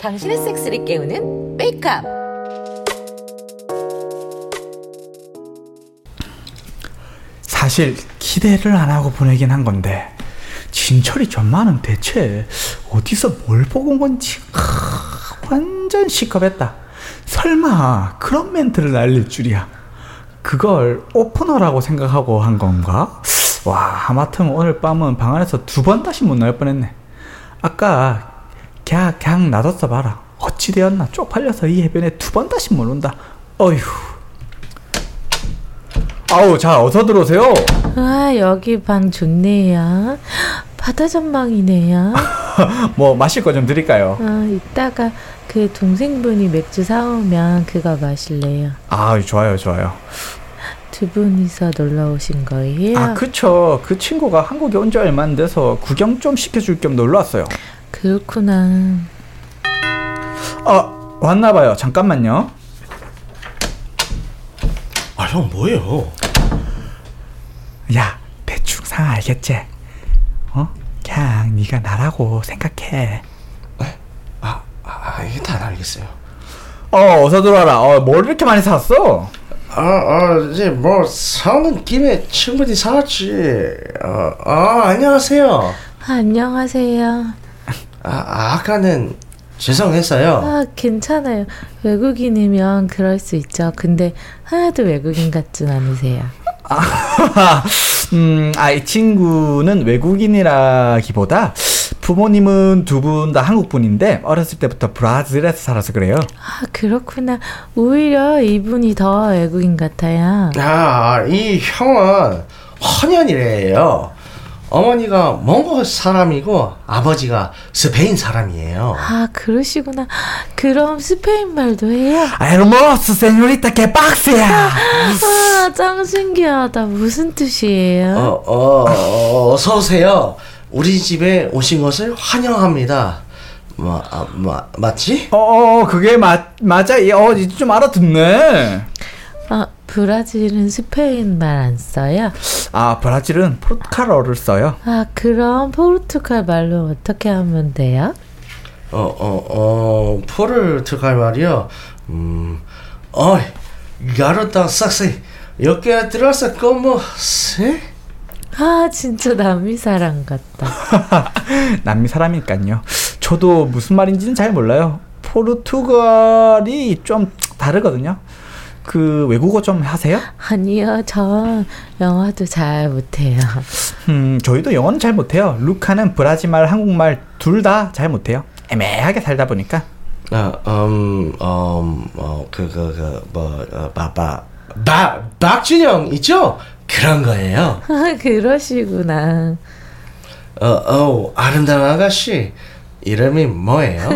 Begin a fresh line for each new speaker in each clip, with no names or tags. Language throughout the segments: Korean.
당신의 섹스를 깨우는 메이크업.
사실 기대를 안 하고 보내긴 한 건데 진철이 전만은 대체 어디서 뭘 보고 온 건지 크, 완전 시겁했다. 설마 그런 멘트를 날릴 줄이야. 그걸 오프너라고 생각하고 한 건가? 와 하마터면 오늘 밤은 방 안에서 두 번 다시 못 나올 뻔했네. 아까 갸, 갸 놔뒀어 봐라. 어찌 되었나 쪽팔려서 이 해변에 두 번 다시 못 온다. 어휴. 아우 자 어서 들어오세요.
아 여기 방 좋네요. 바다 전망이네요.
뭐 마실 거 좀 드릴까요?
아, 이따가 그 동생분이 맥주 사오면 그거 마실래요.
아 좋아요 좋아요.
두 분이서 놀러 오신 거예요.
아 그쵸 그 친구가 한국에 온 지 얼마 안 돼서 구경 좀 시켜줄 겸 놀러 왔어요.
그렇구나.
아 왔나 봐요. 잠깐만요.
아, 형 뭐예요?
야 대충 상황 알겠지? 어? 그냥 네가 나라고 생각해.
아, 아 이게 다 알겠어요.
어 어서 들어와라. 어뭘 이렇게 많이 샀어?
아, 아, 이제 뭐 사오는 김에 친구들이 사왔지. 아, 아 안녕하세요.
아, 안녕하세요.
아, 아까는 죄송했어요.
아 괜찮아요. 외국인이면 그럴 수 있죠. 근데 하나도 외국인 같진 않으세요.
음, 아, 이 친구는 외국인이라기보다 부모님은 두 분 다 한국 분인데 어렸을 때부터 브라질에서 살아서 그래요.
아 그렇구나. 오히려 이분이 더 외국인 같아요.
아, 이 형은 헌연이래요. 어머니가 몽골 사람이고 아버지가 스페인 사람이에요.
아 그러시구나. 그럼 스페인 말도 해요?
에르모스 세뇨리타 개빡세야.
아, 짱 신기하다. 무슨 뜻이에요?
어, 어, 어, 어서 오세요. 우리 집에 오신 것을 환영합니다. 뭐, 아, 뭐 맞지?
어, 어, 그게 맞 맞아. 이, 어, 이제 좀 알아듣네.
아, 브라질은 스페인 말 안 써요?
아, 브라질은 포르투갈어를 써요.
아, 그럼 포르투갈 말로 어떻게 하면 돼요?
어, 어, 어, 포르투갈 말이요. 음, 어이, 가르다 싹세. 여기에 들어서 꼬모, 세?
아, 진짜 남미 사람 같다.
남미 사람이니까요. 저도 무슨 말인지는 잘 몰라요. 포르투갈이 좀 다르거든요. 그 외국어 좀 하세요?
아니요, 전 영어도 잘 못해요.
음, 저희도 영어는 잘 못해요. 루카는 브라질말, 한국말 둘 다 잘 못해요. 애매하게 살다 보니까.
아, 음, 음, 어, 그, 그, 그, 뭐, 어, 바, 바, 바, 박준영 있죠? 그런 거예요.
아, 그러시구나.
어, 어, 아름다운 아가씨. 이름이 뭐예요?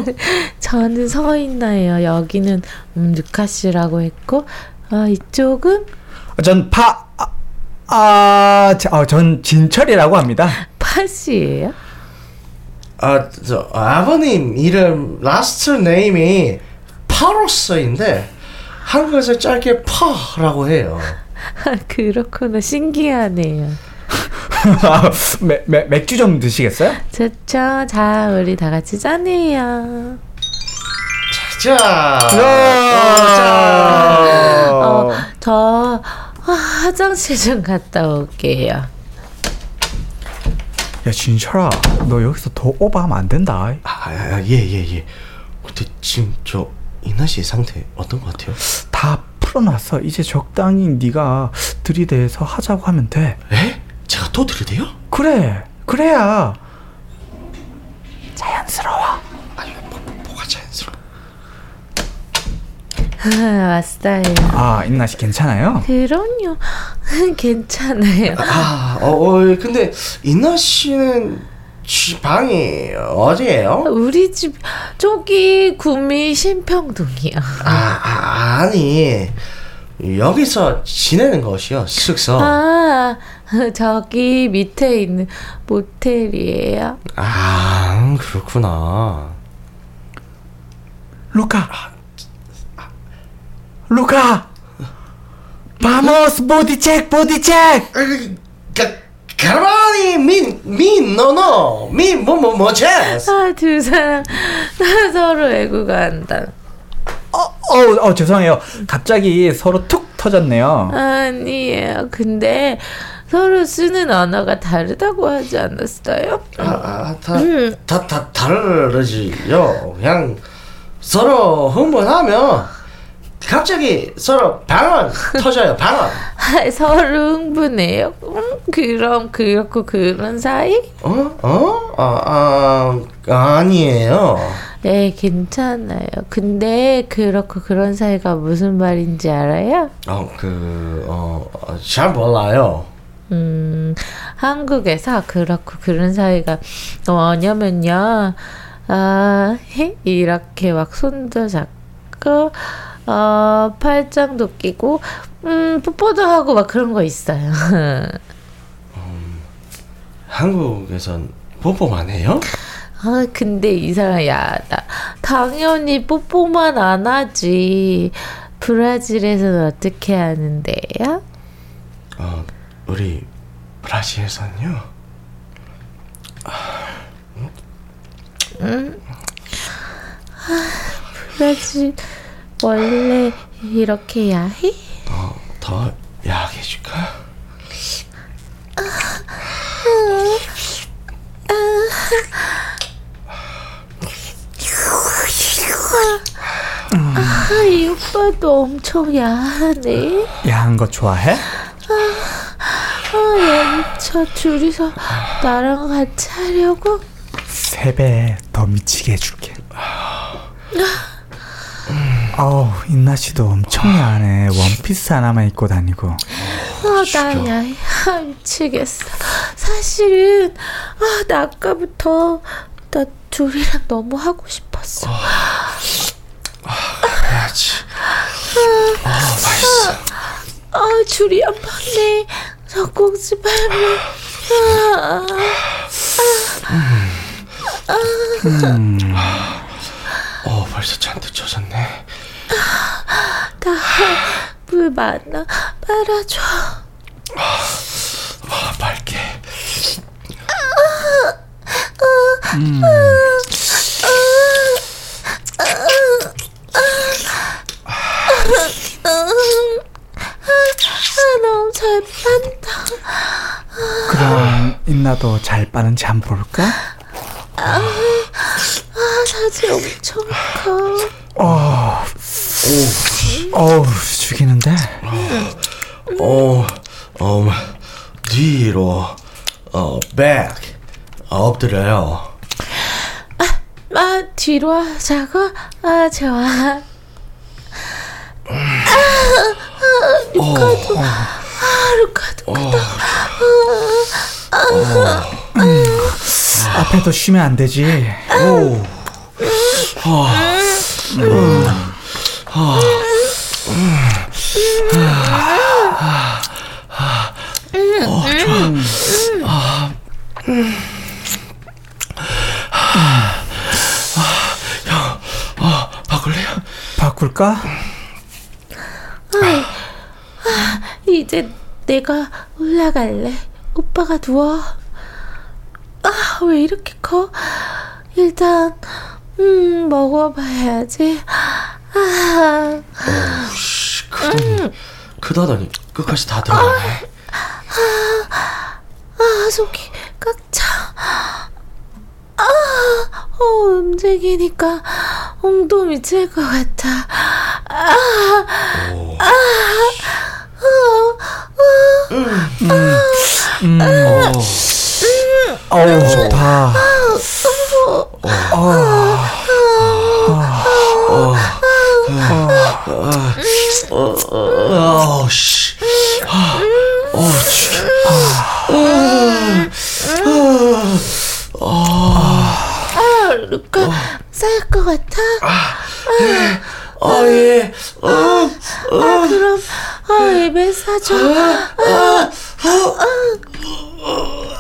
저는 서인나예요. 여기는 음, 루카 씨라고 했고, 아, 이쪽은
어, 전 파, 아, 아, 자, 어, 전 진철이라고 합니다.
파 씨예요.
아, 저, 아버님 이름, 라스트 네임이 파로스인데, 한국에서 짧게 파라고 해요.
아, 그렇구나. 신기하네요.
맥, 아, 맥, 맥주 좀 드시겠어요?
좋죠. 자, 우리 다 같이 짠해요.
자, 네.
야!
어, 저 아, 화장실 좀 갔다 올게요.
야, 진철아, 너 여기서 더 오버하면 안 된다.
아, 아, 예, 예, 예. 근데 지금 저 이나 씨의 상태 어떤 것 같아요?
다 풀어놨어. 이제 적당히 네가 들이대서 하자고 하면 돼.
에? 제가 또 들이대요?
그래, 그래야 자연스러워.
아니, 뭐, 뭐, 뭐가 자연스러워?
왔어요.
아, 인나 씨 괜찮아요?
그럼요. 괜찮아요.
아, 어, 어, 근데 이나 씨는 지- 방이 어디예요?
우리 집 저기 구미 신평동이요.
아, 아, 아니 여기서 지내는 것이요 숙소.
아, 저기 밑에 있는 모텔이에요.
아 그렇구나.
루카, 루카, 바모스 보디책 보디책.
그, 가, 가만히 민민너너민뭐뭐뭐 체스
아, 두 사람 서로 외국 한다.
어, 어, 어, 죄송해요. 갑자기 서로 툭 터졌네요.
아니에요. 근데 서로 쓰는 언어가 다르다고 하지 않았어요?
아, 아다다 다르지요 그냥 서로 흥분하면 갑자기 서로 반원 터져요 반원
아, 서로 흥분해요. 음, 그럼 그렇고 그런 사이?
어? 어어아 아, 아니에요
네, 괜찮아요. 근데 그렇고 그런 사이가 무슨 말인지 알아요?
어, 그, 어그어잘 몰라요
음, 한국에서 그렇고 그런 사이가 뭐냐면요. 아, 이렇게 막 손도 잡고, 어, 팔짱도 끼고, 음, 뽀뽀도 하고 막 그런 거 있어요.
한국에선 뽀뽀만 해요
아, 근데 이 사람, 야, 나, 당연히 뽀뽀만 안 하지. 브라질에서는 어떻게 하는데요?
어, 우리 브라질에서는요.
브라질, 원래 이렇게 야해?
어, 더 야하게 해줄까?
아, 이 오빠도 엄청 야하네.
야한 거 좋아해?
아, 야, 저 둘이서 나랑 같이 하려고?
세배 더 미치게 해줄게. 아우 인나 씨도 엄청 야하네. 원피스 하나만 입고 다니고.
아, 나 야해. 아, 미치겠어. 사실은, 아, 나 아까부터 나 둘이랑 너무 하고 싶었어.
그렇지. 어, 맛있어.
아, 줄이 안 박네. 젖꼭지 밟네. 아,
어, 벌써 잔뜩 젖었네.
나물 많아. 빨아줘.
아, 밝게.
음. 아, 너무 잘 빤다.
그럼 인나도 잘 빠는지 한 번 볼까?
아, 사지 엄청 커.
어, 어우 죽이는데.
어, 어, 뒤로, 어, back, 엎드려요.
아, 뒤로 하자고? 아, 좋아. 아, 아, 루카도. 아, 루카도 크다.
앞에도 쉬면 안 되지.
오, 바꿀래요?
바꿀까?
이제 내가 올라갈래. 오빠가 누워. 아, 왜 이렇게 커? 일단, 음, 먹어봐야지. 아,
씨, 크다니, 크다더니 끝까지 다 들어가네.
아, 속이 꽉 차. 아, 어, 움직이니까 엉도 미칠 것 같아. 아, 아, 어, 어,
음,
어.
어우 좋다. 어,
어, 씨. 아, 어, 죽여.
아, 루카, 쌀 것 같아?
아, 예. 어,
아, 그럼, 아, 입에 싸줘.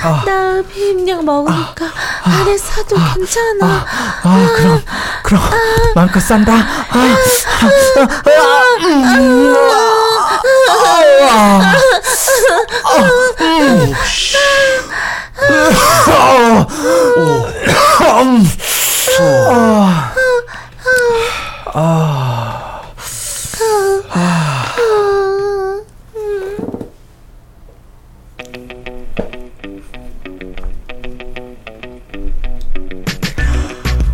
나, 나 비빔약 먹으니까 안에 사도 아, 괜찮아
아, 그럼, 그럼 마음껏 싼다. 아, 아, 아, 음, 아, 아, 아.
오, 씨. 오.
음.
오.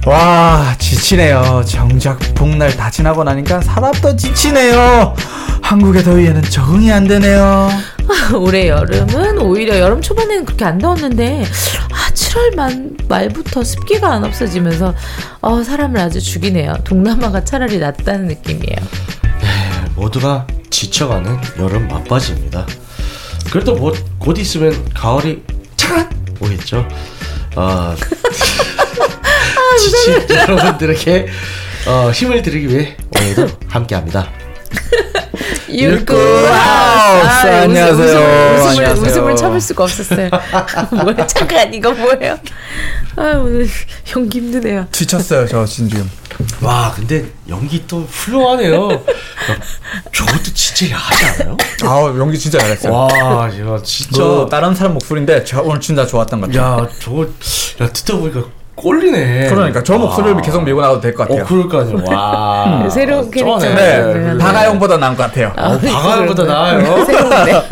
와 지치네요 정작 봄날 다 지나고 나니까 사람도 지치네요 한국의 더위에는 적응이 안 되네요
올해 여름은 오히려 여름 초반에는 그렇게 안 더웠는데 아, 7월 만, 말부터 습기가 안 없어지면서 어, 사람을 아주 죽이네요. 동남아가 차라리 낫다는 느낌이에요.
네, 모두가 지쳐가는 여름 막바지입니다. 그래도 뭐 곧 있으면 가을이 차간 오겠죠. 아, 지친 여러분들에게 어, 힘을 드리기 위해 오늘도 함께합니다.
유쿠하우스.
아, 웃음,
안녕하세요.
웃음을, 웃음을,
안녕하세요.
웃음을 참을 수가 없었어요. 뭐야 잠깐 이거 뭐예요? 아 오늘 연기 힘드네요.
지쳤어요 저 지금
와, 근데 연기 또 훌륭하네요. 야, 저것도 진짜 야하지 않아요?
아 연기 진짜 잘했어요
와, 이거 진짜.
저 다른 사람 목소리인데 저 오늘 진짜 좋았던 것 같아요
야, 저거 야 듣다 보니까 꼴리네.
그러니까 저 목소리를
와.
계속 밀고 나가도 될 것 같아요
어, 그러니까요. 와.
음.
어,
새로운 캐릭터.
쩌네.
네
네.
박아영보다 나은 것 같아요
어, 방아보다 나아요.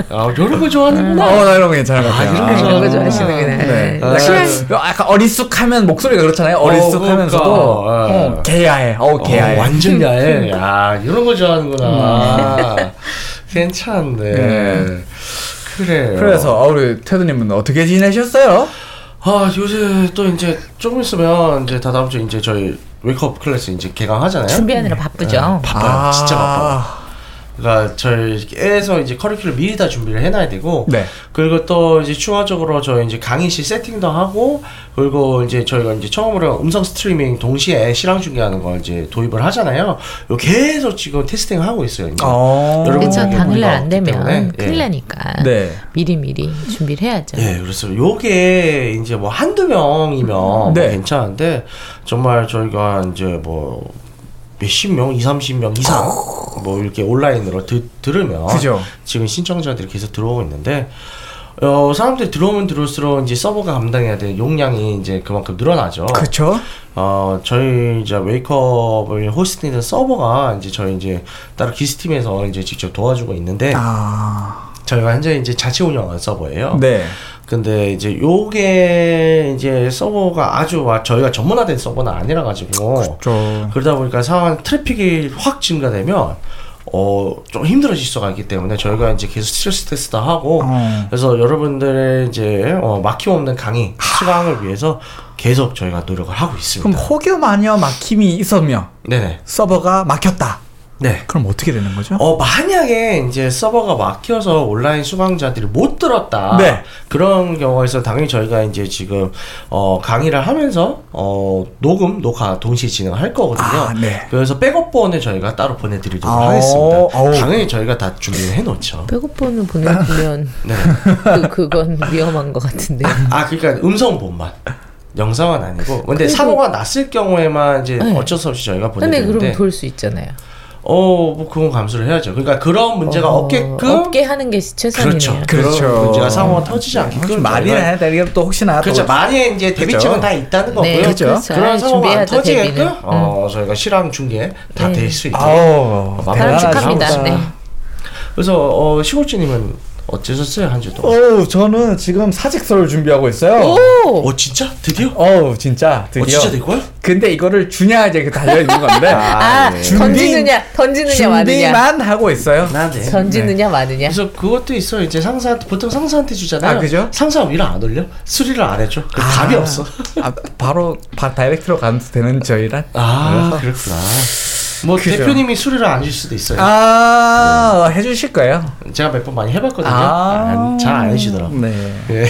아, 이런 거 좋아하는구나.
어, 나 이런 거 괜찮은 것 같아요.
이런 거
아,
좋아하는
이런 거 좋아하시는구나.
네.
아,
약간, 약간 어리숙하면 목소리가 그렇잖아요. 어리숙하면서도
그러니까.
어, 개야해. 어, 개야해.
어, 완전
음.
야해. 야, 이런 거 좋아하는구나. 괜찮네.
네.
그래요.
그래서 어, 우리 테드님은 어떻게 지내셨어요?
아 요새 또 이제 조금 있으면 이제 다 다음 주 이제 저희 웨이크업 클래스 이제 개강하잖아요.
준비하느라 바쁘죠.
바빠요. 아,
아.
진짜 바빠요. 그러니까 저희에서 이제 커리큘럼 미리 다 준비를 해놔야 되고
네.
그리고 또 이제 추가적으로 저희 이제 강의실 세팅도 하고 그리고 이제 저희가 이제 처음으로 음성 스트리밍 동시에 실황 중계하는 걸 이제 도입을 하잖아요. 이거 계속 지금 테스팅을 하고 있어요. 이제.
어.
여러분
그렇죠.
우리가
당일날 안
없기
되면
때문에, 예.
큰일 나니까
네.
미리 미리 준비를 해야죠.
예, 그래서 요게 이제 뭐 한두
네.
명이면 뭐 괜찮은데 정말 저희가 이제 뭐 몇십 명, 2, 30명 이상 뭐 이렇게 온라인으로 드, 들으면
그죠.
지금 신청자들이 계속 들어오고 있는데 어, 사람들이 들어오면 들어올수록 이제 서버가 감당해야 되는 용량이 이제 그만큼 늘어나죠.
그쵸?
어, 저희 이제 웨이크업을 호스팅하는 서버가 이제 저희 이제 따로 기스팀에서 이제 직접 도와주고 있는데
아.
저희가 현재 이제 자체 운영하는 서버예요.
네.
근데 이제 요게 이제 서버가 아주 와- 저희가 전문화된 서버는 아니라 가지고
저.
그러다 보니까 상황 트래픽이 확 증가되면 어 좀 힘들어질 수가 있기 때문에 저희가 이제 계속 스트레스 테스트 하고
어.
그래서 여러분들의 이제 어, 막힘없는 강의 수강을 위해서 계속 저희가 노력을
그럼
하고
뭐
있습니다.
혹여 마녀 막힘이 있으면
네네
서버가 막혔다.
네.
그럼 어떻게 되는 거죠?
어, 만약에 이제 서버가 막혀서 온라인 수강자들이 못 들었다.
네.
그런 경우에서 당연히 저희가 이제 지금, 어, 강의를 하면서, 어, 녹음, 녹화 동시에 진행할 거거든요.
아, 네.
그래서 백업본을 저희가 따로 보내드리도록
아오,
하겠습니다.
아오.
당연히 저희가 다 준비를 해놓죠.
배고프면 보내주면
네.
그, 그건 위험한 것 같은데.
아, 그러니까 음성본만. 영상은 아니고. 근데 사고가 났을 경우에만 이제
네.
어쩔 수 없이 저희가
근데
보내드리는데.
그럼 돌 수 있잖아요.
어, 뭐 그건 감수를 해야죠. 그러니까 그런 문제가 없게끔.
어, 없게 하는 게 최선이네요.
그렇죠.
그렇죠.
그런 문제가 상호가 터지지 않게끔
말이나 해야 돼. 이게 또 혹시나. 또-
그렇죠. 말이 이제 대비책은
그렇죠.
다 있다는 거고요.
네,
그렇죠.
그런
아,
상호가 안
준비해야죠,
터지게끔
대비는.
어, 저희가 실황 중계 다
네.
될 수 있다.
아우.
바람
바람
대단하시다.
축하합니다. 네.
그래서 어, 시골주님은 어째셨어요 한 주 동안?
오, 저는 지금 사직서를 준비하고 있어요.
오!
어 진짜 드디어? 어,
어우, 진짜 드디어.
진짜 될 거야?
근데 이거를 주냐 이제 그 달려 있는 건데.
아,
예.
준비-
던지느냐, 던지느냐, 마느냐.
준비만 하고 있어요.
나네.
던지느냐, 마느냐.
그래서 그것도 있어. 이제 상사한테 보통 상사한테 주잖아요.
아, 그죠?
상사 위로 안 올려? 수리를 안 해줘. 그 답이 없어.
아, 바로 바, 다이렉트로 가도 되는 저희란.
아 그렇구나. 뭐
그죠.
대표님이 수리를 안 줄 수도 있어요.
아, 해주실 거예요.
제가 몇 번 많이 해봤거든요.
아.
잘 안 해주더라고.
네.
예.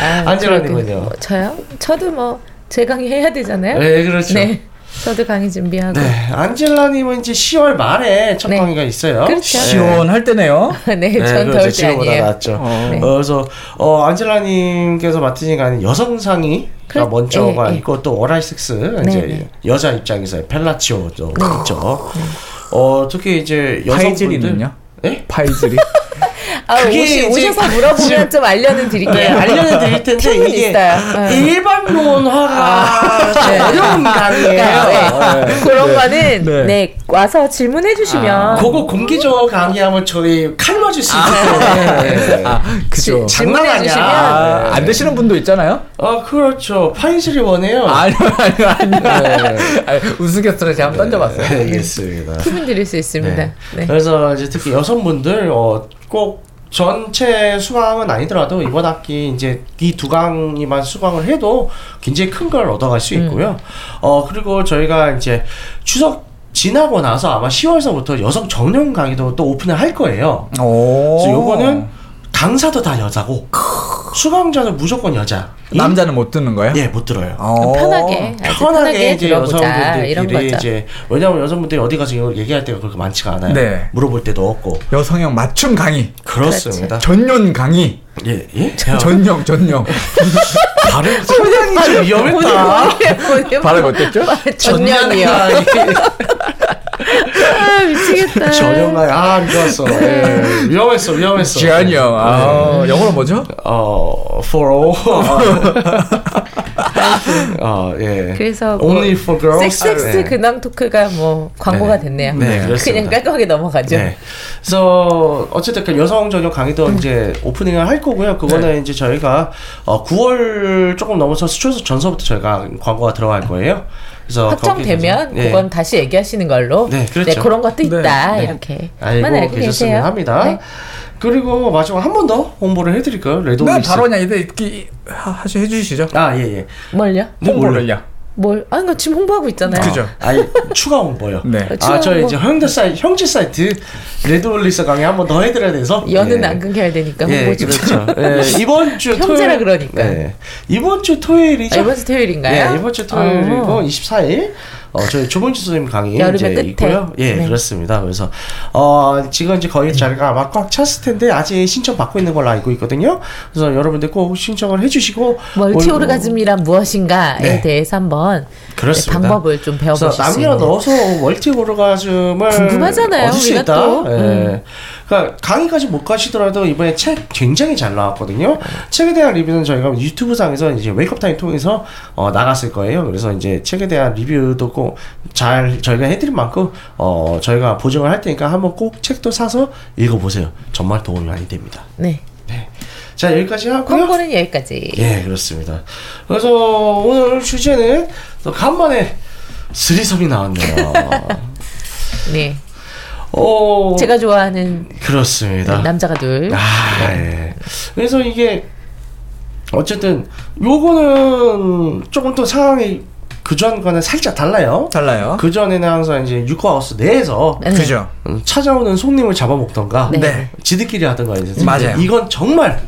아,
안젤라님은요?
어, 그래도 뭐 저요? 저도 뭐, 재강의 해야 되잖아요.
네, 그렇죠.
네. 저도 강의 준비하고.
네, 안젤라님은 이제 10월 말에 첫
네.
강의가 있어요.
그렇죠.
시원할 때네요.
네, 전 더울 때
그거 이제 그렇죠. 지금보다
아니에요. 네.
낫죠.
어.
어, 그래서 어, 안젤라님께서 맡으신 게 아닌 여성상이 가
그렇-
먼저가
예, 예.
있고 또 월화이섹스 이제
네, 네.
여자 입장에서 펠라치오도 있죠. 어, 특히 이제 여성분들
파이즈리는요?
예?
파이즈리.
아,
그게
오시,
이제-
오셔서 물어보면 좀 알려는 드릴게요.
네, 알려드릴 텐데
틈은
이게
있어요. 네.
일반론화가 좀
네.
어려운 강의예요.
그러니까, 네. 그런 거는
네.
네. 와서 질문해 주시면
그거 공개적으로 강의하면 저희 칼 맞을 수 있어요. 네.
아, 그죠.
지-
장난
질문해
아니야. 네.
주시면-
아, 안 되시는 분도 있잖아요.
아 그렇죠. 파이즈리 원해요. 네.
아니요, 아니요, 아니요. 아니, 우스갯소리 제가 한번 던져봤어요.
네. 알겠습니다.
기분 드릴 수 있습니다.
네.
네.
그래서 이제 특히 여성분들 어, 꼭 전체 수강은 아니더라도 이번 학기 이제 이 두 강이만 수강을 해도 굉장히 큰 걸 얻어갈 수 있고요. 어 그리고 저희가 이제 추석 지나고 나서 아마 10월서부터 여성 전용 강의도 또 오픈을 할 거예요.
오.
그래서 요거는 강사도 다 여자고 수강자도 무조건 여자. 이-
남자는 못 듣는 거예요?
예, 못 들어요.
어.
편하게 아주 편하게 들어보자 이런 거죠.
이제 왜냐하면 여성분들이 어디 가서 이걸 얘기할 때가 그렇게 많지가 않아요.
네.
물어볼 때도 없고
여성형 맞춤 강의.
그렇습니다.
전년 강의.
예, 아, 예.
전형, 전형.
발음 소량이 뭐 좀 위험했다.
발음 어땠죠?
전년이요. 아 미치겠다.
전형가 아 미웠어. 예, 위험했어, 위험했어. 네.
지한형. 아, 영어로 뭐죠?
어, for all. 어, 예.
그래서 뭐
only for girls.
섹스엑스 그
네.
근황 토크가 뭐 광고가 됐네요.
네, 그렇습니다.
그냥 깔끔하게 넘어가죠.
네. 그래서 어쨌든 그 여성 전용 강의도 이제 오프닝을 할 거고요.
네.
그거는 이제 저희가 어, 9월 조금 넘어서 추석 전서부터 저희가 광고가 들어갈 거예요. 그래서
확정되면
거기에 대해서-
그건 다시 얘기하시는 걸로.
네, 그렇죠.
그런 것도 있다
네.
이렇게.
알고,
만 알고
계셨으면
계세요.
합니다.
네.
그리고 마지막 한 번 더 홍보를 해드릴까요? 레드
네,
오미스.
바로 그냥 이제 이렇게 하- 하시 해주시죠. 뭐
아, 예, 예.
뭘요?
홍보를요.
뭘? 아니 그 지금 홍보하고 있잖아요.
그죠.
아니, 추가 홍보요.
네.
아,
추가
저희
홍보.
이제 형제 사이트, 형제 사이트, 레드 올리스 강의 한 번 더 해드려야 돼서.
연은
예.
안 끊겨야 되니까 홍보
예,
좀.
그렇죠. 예, 이번 주
형제라
토요일.
그러니까.
네. 이번 주 토요일이죠?
아, 이번 주 토요일인가요?
예, 이번 주 토요일이고
어.
24일 어, 저희 조문주 선생님 강의
여름의
이제
끝에.
있고요. 예,
네.
그렇습니다. 그래서 어, 지금 이제 거의 자리가 아마 꽉 찼을 텐데 아직 신청 받고 있는 걸로 알고 있거든요. 그래서 여러분들 꼭 신청을 해주시고
멀티
올-
오르가즘이란 무엇인가에
네.
대해서 한번
그렇습니다.
네, 방법을 좀
그래서
배워보실 수 있는.
남녀노소 멀티 오르가즘을
궁금하잖아요,
얻을 수
우리가
있다.
또.
예.
음.
그러니까 강의까지 못 가시더라도 이번에 책 굉장히 잘 나왔거든요. 책에 대한 리뷰는 저희가 유튜브 상에서 이제 웨이크업 타임 통해서 어, 나갔을 거예요. 그래서 이제 책에 대한 리뷰도 꼭 잘 저희가 해드린 만큼 어, 저희가 보증을 할 테니까 한번 꼭 책도 사서 읽어보세요. 정말 도움이 많이 됩니다.
네.
자 여기까지 하고요.
광고는 여기까지.
예, 그렇습니다. 그래서 오늘 주제는 또 간만에 스리섬이 나왔네요. 예.
네.
어,
제가 좋아하는 네,
그렇습니다.
남자가 둘.
아, 예. 그래서 이게 어쨌든 요거는 조금 또 상황이 그 전과는 살짝 달라요.
달라요.
그 전에는 항상 이제 유코하우스 내에서
네.
그죠.
음, 찾아오는 손님을 잡아먹던가
네.
네.
지들끼리 하던가 이제
맞아요.
이건 정말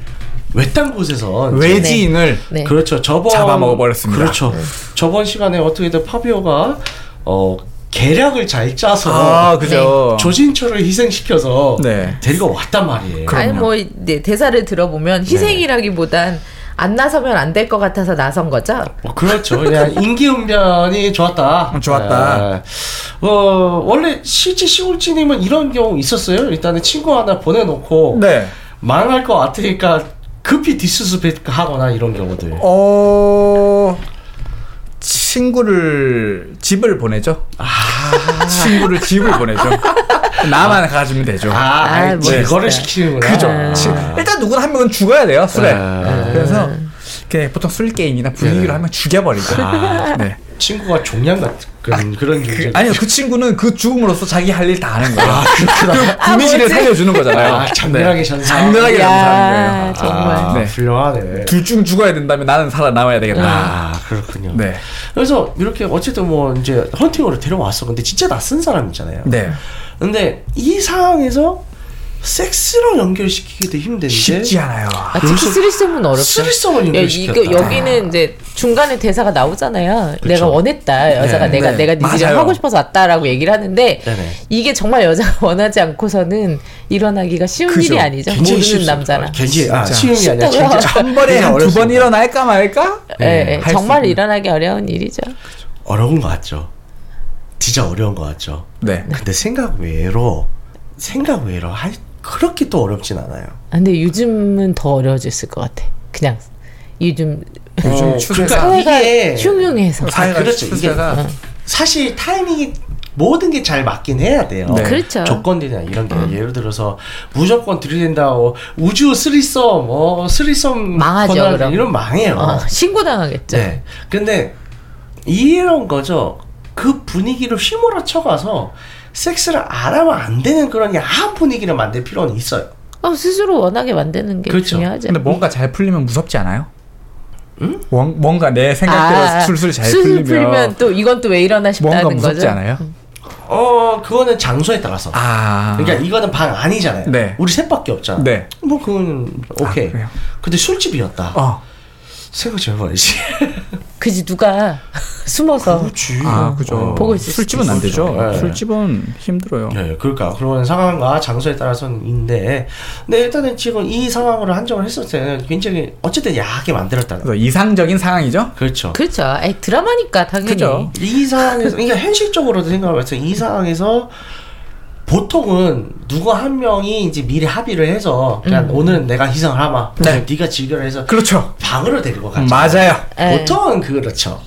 외딴 곳에서 이제
외지인을
네.
그렇죠. 저번
잡아먹어버렸습니다. 네.
그렇죠. 저번 시간에 어떻게든 파비오가 어 계략을 잘 짜서
아, 그죠.
네. 조진철을 희생시켜서
네. 그,
데리고 왔단 말이에요. 네.
아니 뭐 이- 네, 대사를 들어보면 희생이라기보단 안 나서면 안 될 것 같아서 나선 거죠.
뭐 그렇죠. 그냥 인기응변이 좋았다.
음, 좋았다.
예. 어 원래 실제 시골지님은 이런 경우 있었어요. 일단은 친구 하나 보내놓고
네.
망할 것 같으니까 급히 디스스펙하거나 이런 경우들.
어 친구를 집을 보내죠. 친구를 집을 보내죠. 나만 가주면 되죠.
아. 아, 아
아, 뭐
이거를
있어요.
시키는구나.
그죠.
아.
치- 일단 누구나 한 명은 죽어야 돼요 술에. 네,
아.
그래서 이렇게 보통 술 게임이나 분위기로
네. 아.
하면 죽여버리죠. 네.
친구가 종양 같은 그런 경제.
아니요 그 친구는 그 죽음으로써 자기 할 일 다 하는 거예요. 그 분위기를 살려주는 거잖아요. 네.
아, 장렬하게 전사.
장렬하게 전사하는
야
거예요.
정말.
아,
네.
훌륭하네.
둘 중 죽어야 된다면 나는 살아 남아야 되겠다.
아, 그렇군요.
네.
그래서 이렇게 어쨌든 뭐 이제 헌팅으로 데려왔어. 근데 진짜 낯선 사람이잖아요.
네.
근데 이 상황에서 섹스랑 연결시키기 되게 힘든데
쉽지 않아요.
아, 특히
여기서
쓰리썸은 어렵죠.
쓰리썸을
야,
연결시켰다.
이거 여기는 이제 중간에 대사가 나오잖아요. 내가 원했다. 여자가
네,
내가
네.
내가 니들이랑
맞아요.
하고 싶어서 왔다라고 얘기를 하는데
네네.
이게 정말 여자가 원하지 않고서는 일어나기가 쉬운
그죠.
일이 아니죠.
굉장히
모르는
쉽습니다.
남자랑.
굉장히 아,
진짜.
쉬운 게 아니라
쉽다고요?
굉장히
한 번에 한 두 번
어렵습니다.
일어날까 말까?
예, 예.
할수
정말
있는.
일어나기 어려운 일이죠.
어려운 것 같죠. 진짜 어려운 것 같죠.
네.
근데 생각 외로 생각 외로 할 그렇게 또 어렵진 않아요.
아, 근데 요즘은 더 어려워졌을 것 같아. 그냥 요즘
요즘
어,
추세가-
그러니까 사회가
이게
흉흉해서.
사-
사회가
그렇죠. 이게-
추세가
사실 타이밍이 모든 게 잘 맞긴 해야 돼요.
네.
그렇죠.
조건들이나 이런 게 예를 들어서 무조건 들이댄다고 우주 쓰리썸, 어, 쓰리썸
망하죠,
권한
그럼.
이런 망해요.
어, 신고당하겠죠.
네. 근데 이런 거죠. 그 분위기를 휘몰아쳐가서 섹스를 안 하면 안 되는 그런 야한 분위기를 만들 필요는 있어요.
어, 스스로 원하게 만드는 게
그렇죠.
중요하죠.
근데 뭔가 잘 풀리면 무섭지 않아요? 원- 뭔가 내 생각대로 술술 잘
아,
풀리면,
술술 풀리면 또 이건 또 왜 이러나 싶다는
뭔가 무섭지
거죠.
않아요?
어, 그거는 장소에 따라서.
아
그러니까 이거는 방 아니잖아요.
네.
우리 셋밖에 없잖아.
네.
뭐 그건
아,
오케이.
그래요?
근데 술집이었다.
어.
생각 좀 해봐야지.
그지 누가 숨어서
그렇지.
아 그죠.
어.
보고 있을 수도
술집은 안 되죠.
있어요. 네.
술집은 힘들어요.
네, 그러니까 그런 상황과 장소에 따라서는 인데, 근데 일단은 지금 이 상황으로 한정을 했을 때는 굉장히 어쨌든 야하게 만들었다는. 거.
그래서 이상적인 상황이죠.
그렇죠.
그렇죠. 에 드라마니까 당연히.
그죠.
이 상황에서 그러니까 현실적으로도 생각을 봤을 때 이 상황에서 보통은 누가 한 명이 이제 미리 합의를 해서 그냥 오늘은 내가 희생을 하마 음. 네. 네가 즐겨라 해서
그렇죠.
방으로 데리고 가죠
맞아요.
예.
보통은 그렇죠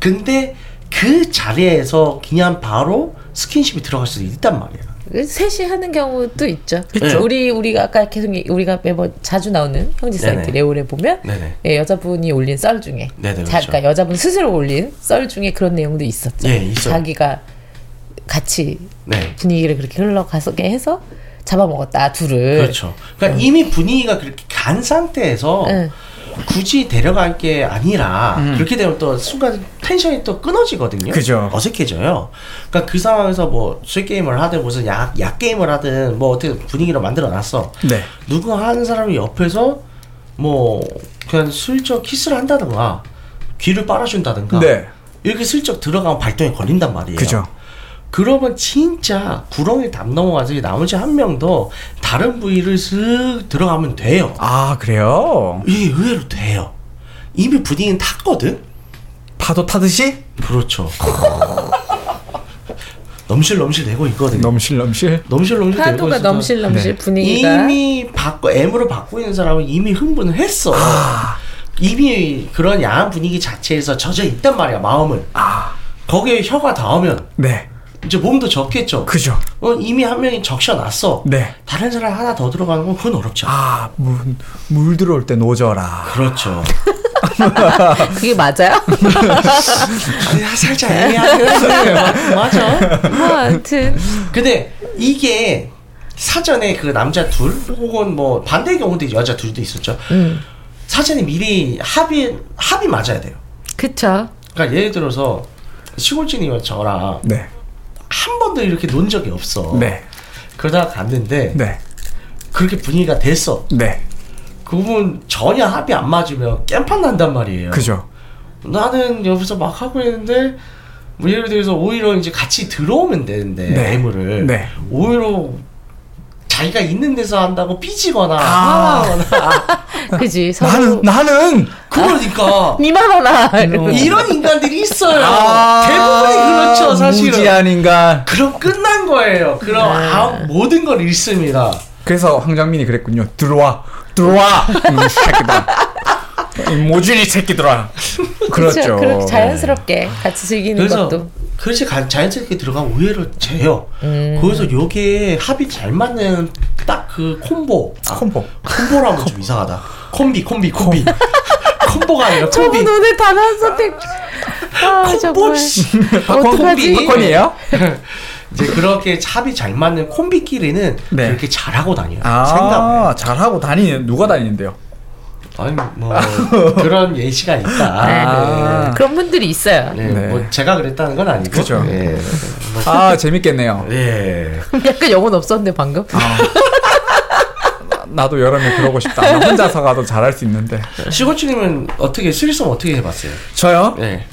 근데 그 자리에서 그냥 바로 스킨십이 들어갈 수도 있단 말이야
셋이 하는 경우도 있죠.
있죠.
우리 우리가 아까 계속 얘기- 우리가 매번 자주 나오는 형제 사이트
네네.
레올에 보면
네네.
예, 여자분이 올린 썰 중에 자,
네네, 그렇죠.
그러니까 여자분 스스로 올린 썰 중에 그런 내용도 있었죠.
예, 있어요.
자기가 같이
네
분위기를 그렇게 흘러가서게 해서 잡아먹었다 둘을.
그렇죠 그러니까 이미 분위기가 그렇게 간 상태에서
예.
굳이 데려갈 게 아니라 그렇게 되면 또 순간 텐션이 또
음.
끊어지거든요.
그죠.
어색해져요. 그러니까 그 상황에서 뭐술 게임을 하든 무슨 약, 약 게임을 하든 뭐 어떻게 분위기를 만들어 놨어.
네.
누구 하는 사람이 옆에서 뭐 그냥 슬쩍 키스를 한다든가 귀를 빨아준다든가
네.
이렇게 슬쩍 들어가면 발동이 걸린단 말이에요.
그죠.
그러면 진짜 구렁이 담 넘어가지 나머지 한 명도 다른 부위를 슥 들어가면 돼요.
아 그래요.
이게 의외로 돼요. 이미 분위기는 탔거든?
파도 타듯이
그렇죠. 넘실넘실 되고 있거든요.
넘실넘실.
넘실넘실 되고
파도가
있어서
넘실넘실
네.
분위기가
이미 바꿔, M으로 바꾸고 있는 사람은 이미 흥분을 했어. 아. 이미 그런 야한 분위기 자체에서 젖어 있단 말이야, 마음을. 거기에 혀가 닿으면
네.
이제 몸도 젖겠죠.
그죠.
어, 이미 한 명이 적셔놨어.
네.
다른 사람 하나 더 들어가는 건 그건 어렵지 않아.
아물 물 들어올 때 노져라.
그렇죠.
그게 맞아요?
아, 살짝 애매하긴 했어요. 맞아.
뭐 아무튼
근데 이게 사전에 그 남자 둘 혹은 뭐 반대의 경우도 있- 여자 둘도 있었죠. 사전에 미리 합의 합의 맞아야 돼요.
그쵸.
그러니까 예를 들어서 시골진이와 저랑
네.
한 번도 이렇게 논 적이 없어.
네.
그러다가 갔는데
네.
그렇게 분위기가 됐어.
네.
그분 전혀 합의 안 맞으면 깽판 난단 말이에요.
그죠.
나는 여기서 막 하고 있는데 뭐 예를 들어서 오히려 이제 같이 들어오면 되는데
네.
애물을
네.
오히려 자기가 있는 데서 한다고 삐지거나
아.
화나거나
그지. 서로
나는 나는
그러니까
니만 하나.
이런 인간들이 있어요
아,
대부분이 그렇죠 사실은
무지한 인간.
그럼 끝난 거예요 그럼 아, 모든 걸 잃습니다
그래서 황장민이 그랬군요. 들어와, 들어와, 이 새끼들아. 이 모준이 새끼들아.
그렇죠.
그렇죠.
그렇게 자연스럽게 같이 즐기는
그래서
것도.
그렇지 가- 자연스럽게 들어가면 의외로 재요
음.
그래서 요게 합이 잘 맞는 딱 그 콤보
네. 콤보.
콤보라면 좀 이상하다. 콤비, 콤비, 콤비. 콤보가 아니라 콤비.
저분 오늘 단어 선택. 아 정말.
씨.
어떡하지?
예.
콤비.
팝콘이에요?
이제 그렇게 합이 잘 맞는 콤비끼리는
네.
그렇게 잘하고 다녀요.
아,
생각을.
잘하고 다니는 누가 다니는데요?
아니, 뭐, 그런 예시가 있다.
아.
그런 분들이 있어요.
네. 네.
네.
뭐, 제가 그랬다는 건 아니고.
그죠.
예.
아, 재밌겠네요.
예.
아,
약간 영혼 없었는데 방금.
나도 여름에 그러고 싶다. 나 혼자서 가도 잘할 수 있는데.
시고치님은 어떻게 스리썸 어떻게 해봤어요?
저요?
예.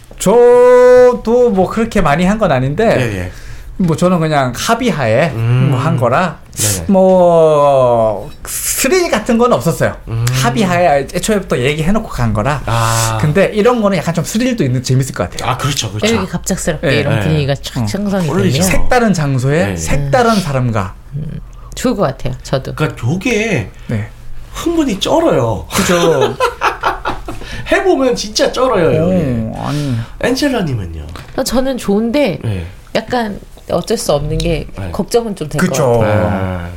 저도 뭐 그렇게 많이 한 건 아닌데
예, 예.
뭐 저는 그냥 합의하에
음.
뭐 한 거라
네네.
뭐 스릴 같은 건 없었어요. 합의하에 애초에부터 얘기해놓고 간 거라.
음. 아.
근데 이런 거는 약간 좀 스릴도 있는 재밌을 것 같아요.
아, 그렇죠, 그렇죠.
이렇게 갑작스럽게
예,
예.
이런 분위기가 촥 형성이
원래 이제
되면
색-
색다른 장소에
어. 네.
색다른 사람과
좋을 것 같아요. 저도.
그러니까 요게
네.
흥분이 쩔어요.
그죠.
해보면 진짜
음.
쩔어요. 요게.
오, 아니.
엔젤라님은요.
저는 좋은데
예.
약간 어쩔 수 없는 게
네.
걱정은 좀 될 것
그쵸.
같아요.
아.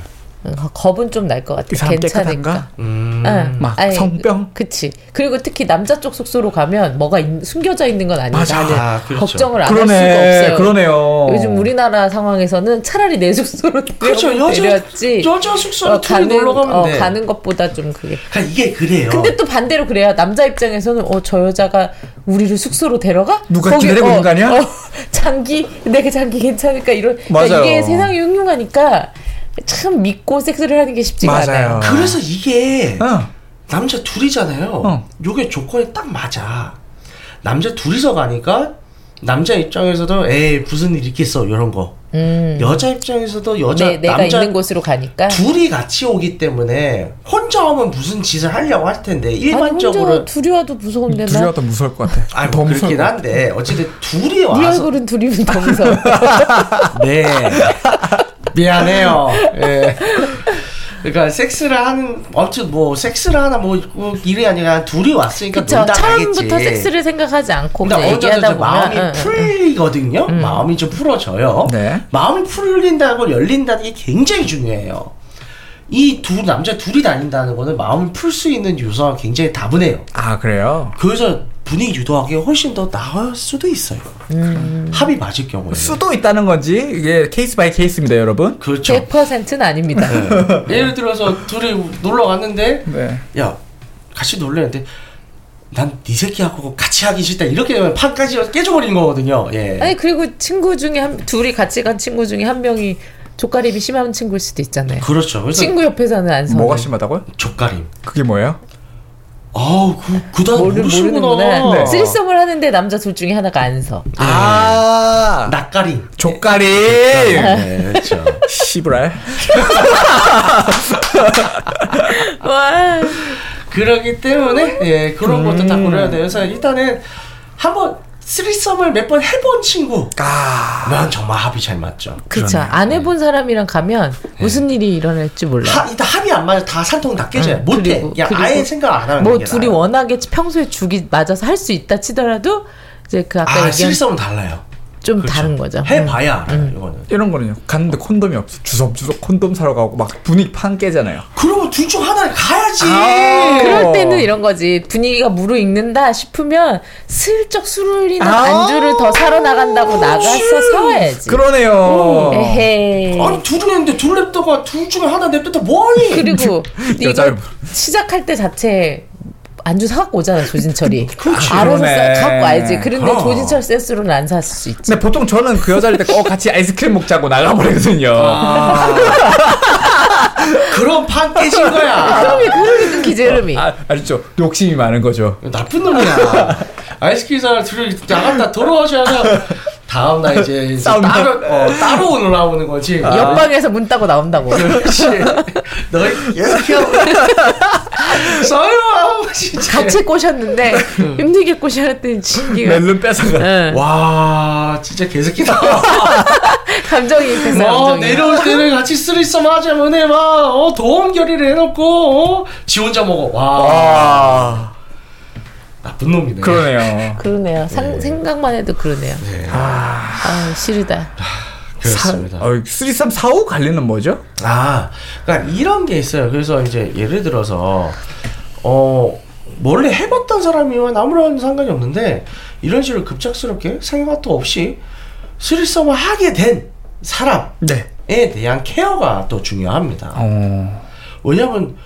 응, 겁은 좀 날 것
이
같아요.
사람
괜찮을까?
깨끗한가?
음.
응.
막 성병?
그치. 그리고 특히 남자 쪽 숙소로 가면 뭐가 있- 숨겨져 있는 건 아니다.
맞아.
하는
아, 그렇죠.
걱정을 안 할 수가
그러네.
없어요.
그러네요.
요즘 우리나라 상황에서는 차라리 내 숙소로
그렇죠. 여자
데려왔지.
여자 숙소로
어,
둘이 놀러 가면
어,
돼.
가는 것보다 좀 그게.
그러니까 이게 그래요.
근데 또 반대로 그래요. 남자 입장에서는 어 저 여자가 우리를 숙소로 데려가?
누가
거기,
기다리고
어,
있는 거 아니야?
어, 장기 내 장기 괜찮을까 이런. 그러니까
맞아요.
이게 세상이 흉흉하니까 참 믿고 섹스를 하는 게 쉽지가
맞아요.
않아요.
그래서 이게
네.
어.
남자 둘이잖아요.
어.
요게 조건이 딱 맞아. 남자 둘이서 가니까 남자 입장에서도 에이 무슨 일 있겠어 이런 거. 여자 입장에서도 여자
음. 내, 내가
남자
있는 곳으로 가니까.
둘이 같이 오기 때문에 혼자 오면 무슨 짓을 하려고 할 텐데
아니, 혼자
일반적으로
둘이 와도 무서운데 나.
둘이라도 무서울 것 같아.
아뭐
더 무서울
그렇긴
것 같아.
한데 어쨌든 둘이
네
와서
얼굴은 둘이면 더 무서워.
네 미안해요. 예. 그러니까 섹스를 하는 아무튼 뭐 섹스를 하나 뭐 일이 아니라 둘이 왔으니까
그쵸.
논다 가겠지.
처음부터 섹스를 생각하지 않고
그러니까
그냥
근데 어느 정도
얘기하다
이제
보면
마음이
응, 응.
풀리거든요. 마음이 좀 풀어져요.
네.
마음이 풀린다고 열린다는 게 굉장히 중요해요. 이 두 남자 둘이 다닌다는 거는 마음을 풀 수 있는 요소가 굉장히 다분해요.
아 그래요?
그래서 분위기 유도하기 훨씬 더 나을 수도 있어요.
음.
합이 맞을 경우에.
수도 있다는 건지 이게 케이스 바이 케이스입니다, 여러분.
그렇죠.
예. 100%는 아닙니다.
네. 예를 들어서 둘이 놀러 갔는데
네.
야 같이 놀랬는데 난 네 새끼하고 같이 하기 싫다 이렇게 되면 판까지 깨져버린 거거든요. 예.
아니 그리고 친구 중에 한 둘이 같이 간 친구 중에 한 명이 족가림이 심한 친구일 수도 있잖아요.
그렇죠. 그래서
친구 옆에서는 안 서는.
뭐가 심하다고요?
족가림.
그게 뭐예요?
아우 그 그다음
모르, 모르는구나.
모르시구나. 아,
네.
쓰리썸을 하는데 남자 둘 중에 하나가 안 서.
네.
아,
낯가리.
족가리.
예.
네, 그렇죠.
씨발.
와.
그러기 때문에 예 그런 것도 다 고려해야 돼요. 그래서 일단은 한번 스리썸을 몇 번 해본 친구.
아,
면 정말 합이 잘 맞죠.
그렇죠. 안 해본 사람이랑 가면 무슨 일이 일어날지 몰라.
네. 하, 일단 합이 안 맞아 다 산통 다 깨져요.
응,
못해.
네. 그리고-
그냥 아예
그리고
생각 안 하는
뭐
게
둘이
나아요.
워낙에 평소에 죽이 맞아서 할 수 있다 치더라도 이제 그 아까
아
얘기한
스리썸은 달라요.
좀
그렇죠.
다른 거죠. 음.
해봐야 알아요. 이거는.
이런 거는요. 갔는데 콘돔이 없어. 주섬주섬 콘돔 사러 가고 막 분위기 판 깨잖아요.
그러면 둘 중 하나를 가야지.
아.
그럴 때는 이런 거지 분위기가 무르익는다 싶으면 슬쩍 술이나
아.
안주를 더 사러 나간다고 나가서 사와야지.
그러네요.
에헤이.
아니 둘이 했는데 둘 냅다가 둘 중에 하나 냅뒀다 뭐하니?
그리고
여자를
이거 시작할 때 자체 안주 사갖고 오잖아 조진철이.
그렇지.
알아서
그러네.
싸, 갖고 와야지. 그런데
어.
조진철 센스로는 안 샀을 수 있지.
근데 보통 저는 그 여자를 데리고 어, 같이 아이스크림 먹자고 나가버리거든요.
아. 그럼 판 깨진 거야.
흐름이 흐름이 기재름이.
아, 알죠. 욕심이 많은 거죠.
나쁜 놈이야. 아이스크림 사러 둘이 나갔다 돌아오셔서 다음 날 이제, 이제
싸운다.
따로 어, 따로 올라오는 거지.
아.
옆방에서 문 따고 나온다고.
그렇지. 예. 너희 이렇게 하고 써요 진짜.
같이 꼬셨는데 힘들게 꼬셨더니 진기가
멜론 뺏어가.
응.
와 진짜 개새끼다.
감정이 입해서
어,
감정이.
내려올 때는 같이 쓰리썸 하자면 해봐. 어, 도움 결의를 해놓고 어, 지 혼자 먹어. 와
아,
나쁜 놈이네.
그러네요.
그러네요. 상- 생각만 해도 그러네요. 아, 싫다.
그렇습니다.
어, 쓰리썸 사후 관리는 뭐죠?
아, 그러니까 이런 게 있어요. 그래서 이제 예를 들어서 어 원래 해봤던 사람이면 아무런 상관이 없는데 이런 식으로 급작스럽게 생각도 없이 스리썸을 하게 된 사람에
네.
대한 케어가 또 중요합니다.
어,
왜냐면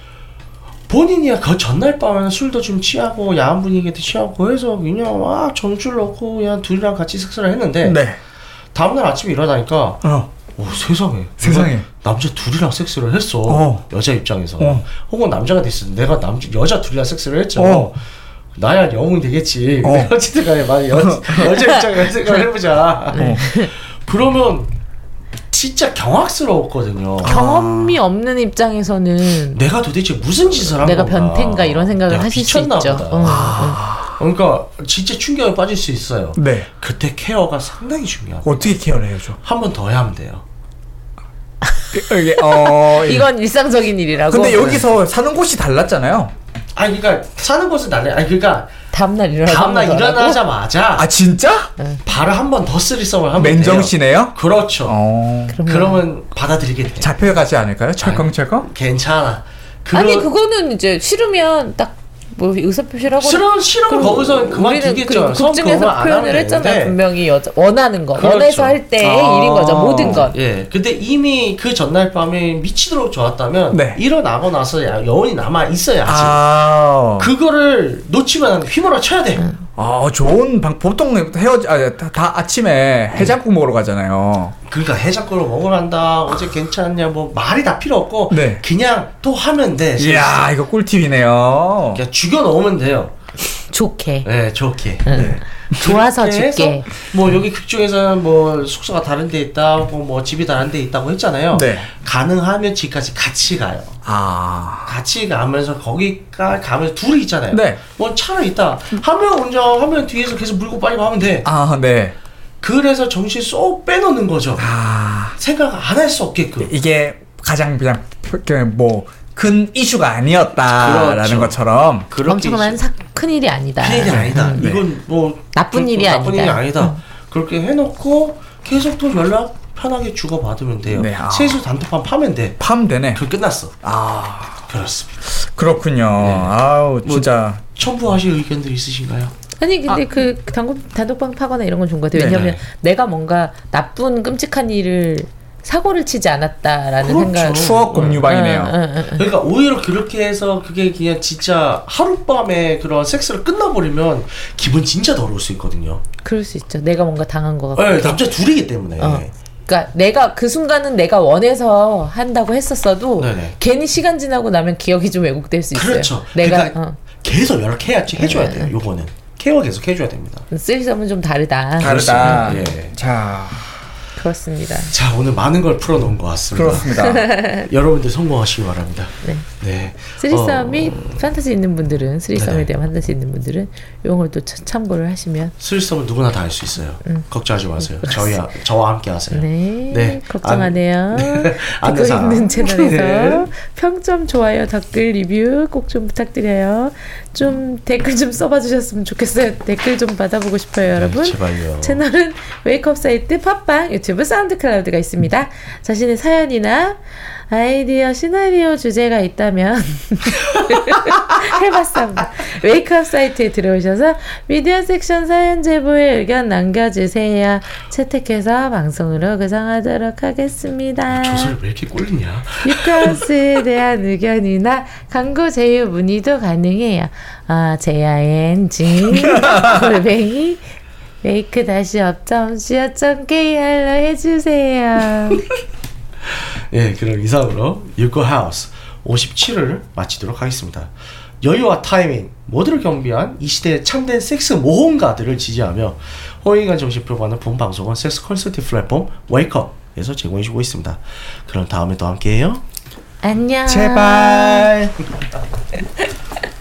본인이야 그 전날 밤에는 술도 좀 취하고 야한 분위기도 취하고 해서 그냥 아 정줄 넣고 그냥 둘이랑 같이 섹스를 했는데
네.
다음날 아침에 일어나니까
어.
오, 세상에.
세상에.
내가 남자 둘이랑 섹스를 했어.
어.
여자 입장에서.
어.
혹은 남자가 됐을 때 내가 남자, 여자 둘이랑 섹스를 했죠.
어.
나야 영웅 되겠지.
어.
어쨌든 간에 만약 여, 여자 입장에서 생각을 해보자.
어.
그러면 진짜 경악스러웠거든요.
아,
경험이 없는 입장에서는
내가 도대체 무슨 짓을 한
내가
건가?
변태인가 이런 생각을
내가
하실 수
미쳤나
있죠. 어.
보다.
응,
그러니까 진짜 충격에 빠질 수 있어요.
네.
그때 케어가 상당히 중요합니다.
어떻게 케어를 해야죠?
한 번 더 하면 돼요.
이게 어
응.
예.
이건 일상적인 일이라고.
근데 여기서 사는 곳이 달랐잖아요.
아니 그러니까 사는 곳은 달래. 아니 그러니까
네. 다음날 일어나서
다음날
한번 더 하라고?
일어나자마자
아 진짜? 아,
바로 한 번 더 쓰리썸을 하면 돼요.
맨정신에요?
네. 그렇죠.
어.
그러면-
그러면 받아들이게 돼.
잡혀가지 않을까요? 철컹철컹?
괜찮아. 그런
어? 아니 그거는 이제 싫으면 딱 뭐 의사 표시를 하고
싫은 싫은
그럼
거기서
우리는
그만두겠죠.
그 극중에서 표현을 했잖아요. 분명히 여자 원하는 거
그렇죠.
원해서 할 때의
아.
일인 거죠. 모든 건.
예, 근데 이미 그 전날 밤에 미치도록 좋았다면
네.
일어나고 나서 야- 여운이 남아 있어야지.
아,
그거를 놓치면 안 돼. 휘몰아 쳐야 돼.
네.
아 좋은 방 보통 헤어지 아, 다, 다 아침에
네.
해장국 먹으러 가잖아요.
그러니까 해장국을 먹으란다. 어제 괜찮냐. 뭐 말이 다 필요 없고
네.
그냥 또 하면 돼.
이야 이거 꿀팁이네요.
그냥 죽여 넣으면 돼요.
좋게.
네, 좋게.
응. 좋아서
그렇게 해서
줄게.
뭐 여기 극중에서는 뭐 숙소가 다른 데 있다고 뭐 집이 다른 데 있다고 했잖아요.
네.
가능하면 집까지 같이 가요.
아,
같이 가면서 거기가 가면서 둘이 있잖아요.
네.
뭐 차는 있다. 한 명 운전하고 한 명 뒤에서 계속 물고 빨고 하면 돼.
아 네.
그래서 정신 쏙 빼놓는 거죠.
아 예,
생각 안 할 수 없게끔.
이게 가장 그냥 뭐 큰 이슈가 아니었다라는
그렇죠.
것처럼.
그렇게
엄청난 사- 큰 일이 아니다.
큰 일이 아니다.
네. 음.
이건 뭐
나쁜
좀-
일이
나쁜
아니다.
일이 아니다. 그렇게 해놓고 계속 또 연락 편하게 주고 받으면 돼요.
네, 아.
세수 단톡방 파면 돼.
팜 되네.
그 끝났어.
아
그렇습니다.
그렇군요.
네. 뭐
아우 진짜
첨부하실 의견도 있으신가요?
아니 근데 그 단독 단독방 파거나 이런 건 좋은 것 같아요. 왜냐하면
네네.
내가 뭔가 나쁜 끔찍한 일을 사고를 치지 않았다라는 어,
그렇죠.
생각.
추억 공유방이네요.
응, 응, 응.
그러니까 오히려 그렇게 해서 그게 그냥 진짜 하룻밤에 그런 섹스를 끝나버리면 기분 진짜 더러울 수 있거든요.
그럴 수 있죠. 내가 뭔가 당한 것 같고.
네, 남자 둘이기 때문에.
어. 그러니까 내가 그 순간은 내가 원해서 한다고 했었어도
네네.
괜히 시간 지나고 나면 기억이 좀 왜곡될 수 있어요. 네,
그렇죠.
내가
그러니까 계속 연락해야지 해줘야 돼요. 요거는 케어 계속 해줘야 됩니다.
어, 쓰리썸은 좀 다르다.
다르다.
그렇습니다. 예.
자
그렇습니다.
자 오늘 많은 걸 풀어놓은 것 같습니다. 네.
그렇습니다.
여러분들 성공하시기 바랍니다.
네.
네.
쓰리썸이
어,
판타지 있는 분들은 쓰리썸에
네네.
대한 판타지 있는 분들은 이런 걸 또 참고를 하시면
스릴썸은 누구나 다 할 수 있어요. 걱정하지 마세요. 저희 저와 함께 하세요.
음. 네,
네.
걱정
안- 네,
안 해요.
안
듣고
해서 안-
있는 채널에서
네.
평점, 좋아요, 댓글, 리뷰 꼭 좀 부탁드려요. 좀 댓글 좀 써봐 주셨으면 좋겠어요. 댓글 좀 받아보고 싶어요, 여러분.
네, 제발요.
채널은 웨이크업 사이트, 팟빵, 유튜브, 사운드 클라우드가 있습니다. 자신의 사연이나 아이디어, 시나리오, 주제가 있다면 해봤습니다. 웨이크업 사이트에 들어오셔서 미디어 섹션 사연 제보에 의견 남겨주세요. 채택해서 방송으로 구성하도록 하겠습니다.
아, 조선이 왜 이렇게 꼴리냐?
유카운스에 대한 의견이나 광고 제휴 문의도 가능해요. 아, JING 골뱅이 메이크 다시 업점 co.kr로 해주세요.
예, 그럼 이상으로 유코 하우스 57회를 마치도록 하겠습니다. 여유와 타이밍 모두를 겸비한 이 시대의 참된 섹스 모험가들을 지지하며 호의인간 정신 표방하는 본 방송은 섹스 컨설팅 플랫폼 웨이크업에서 제공해주고 있습니다. 그럼 다음에 또 함께해요.
안녕.
제발.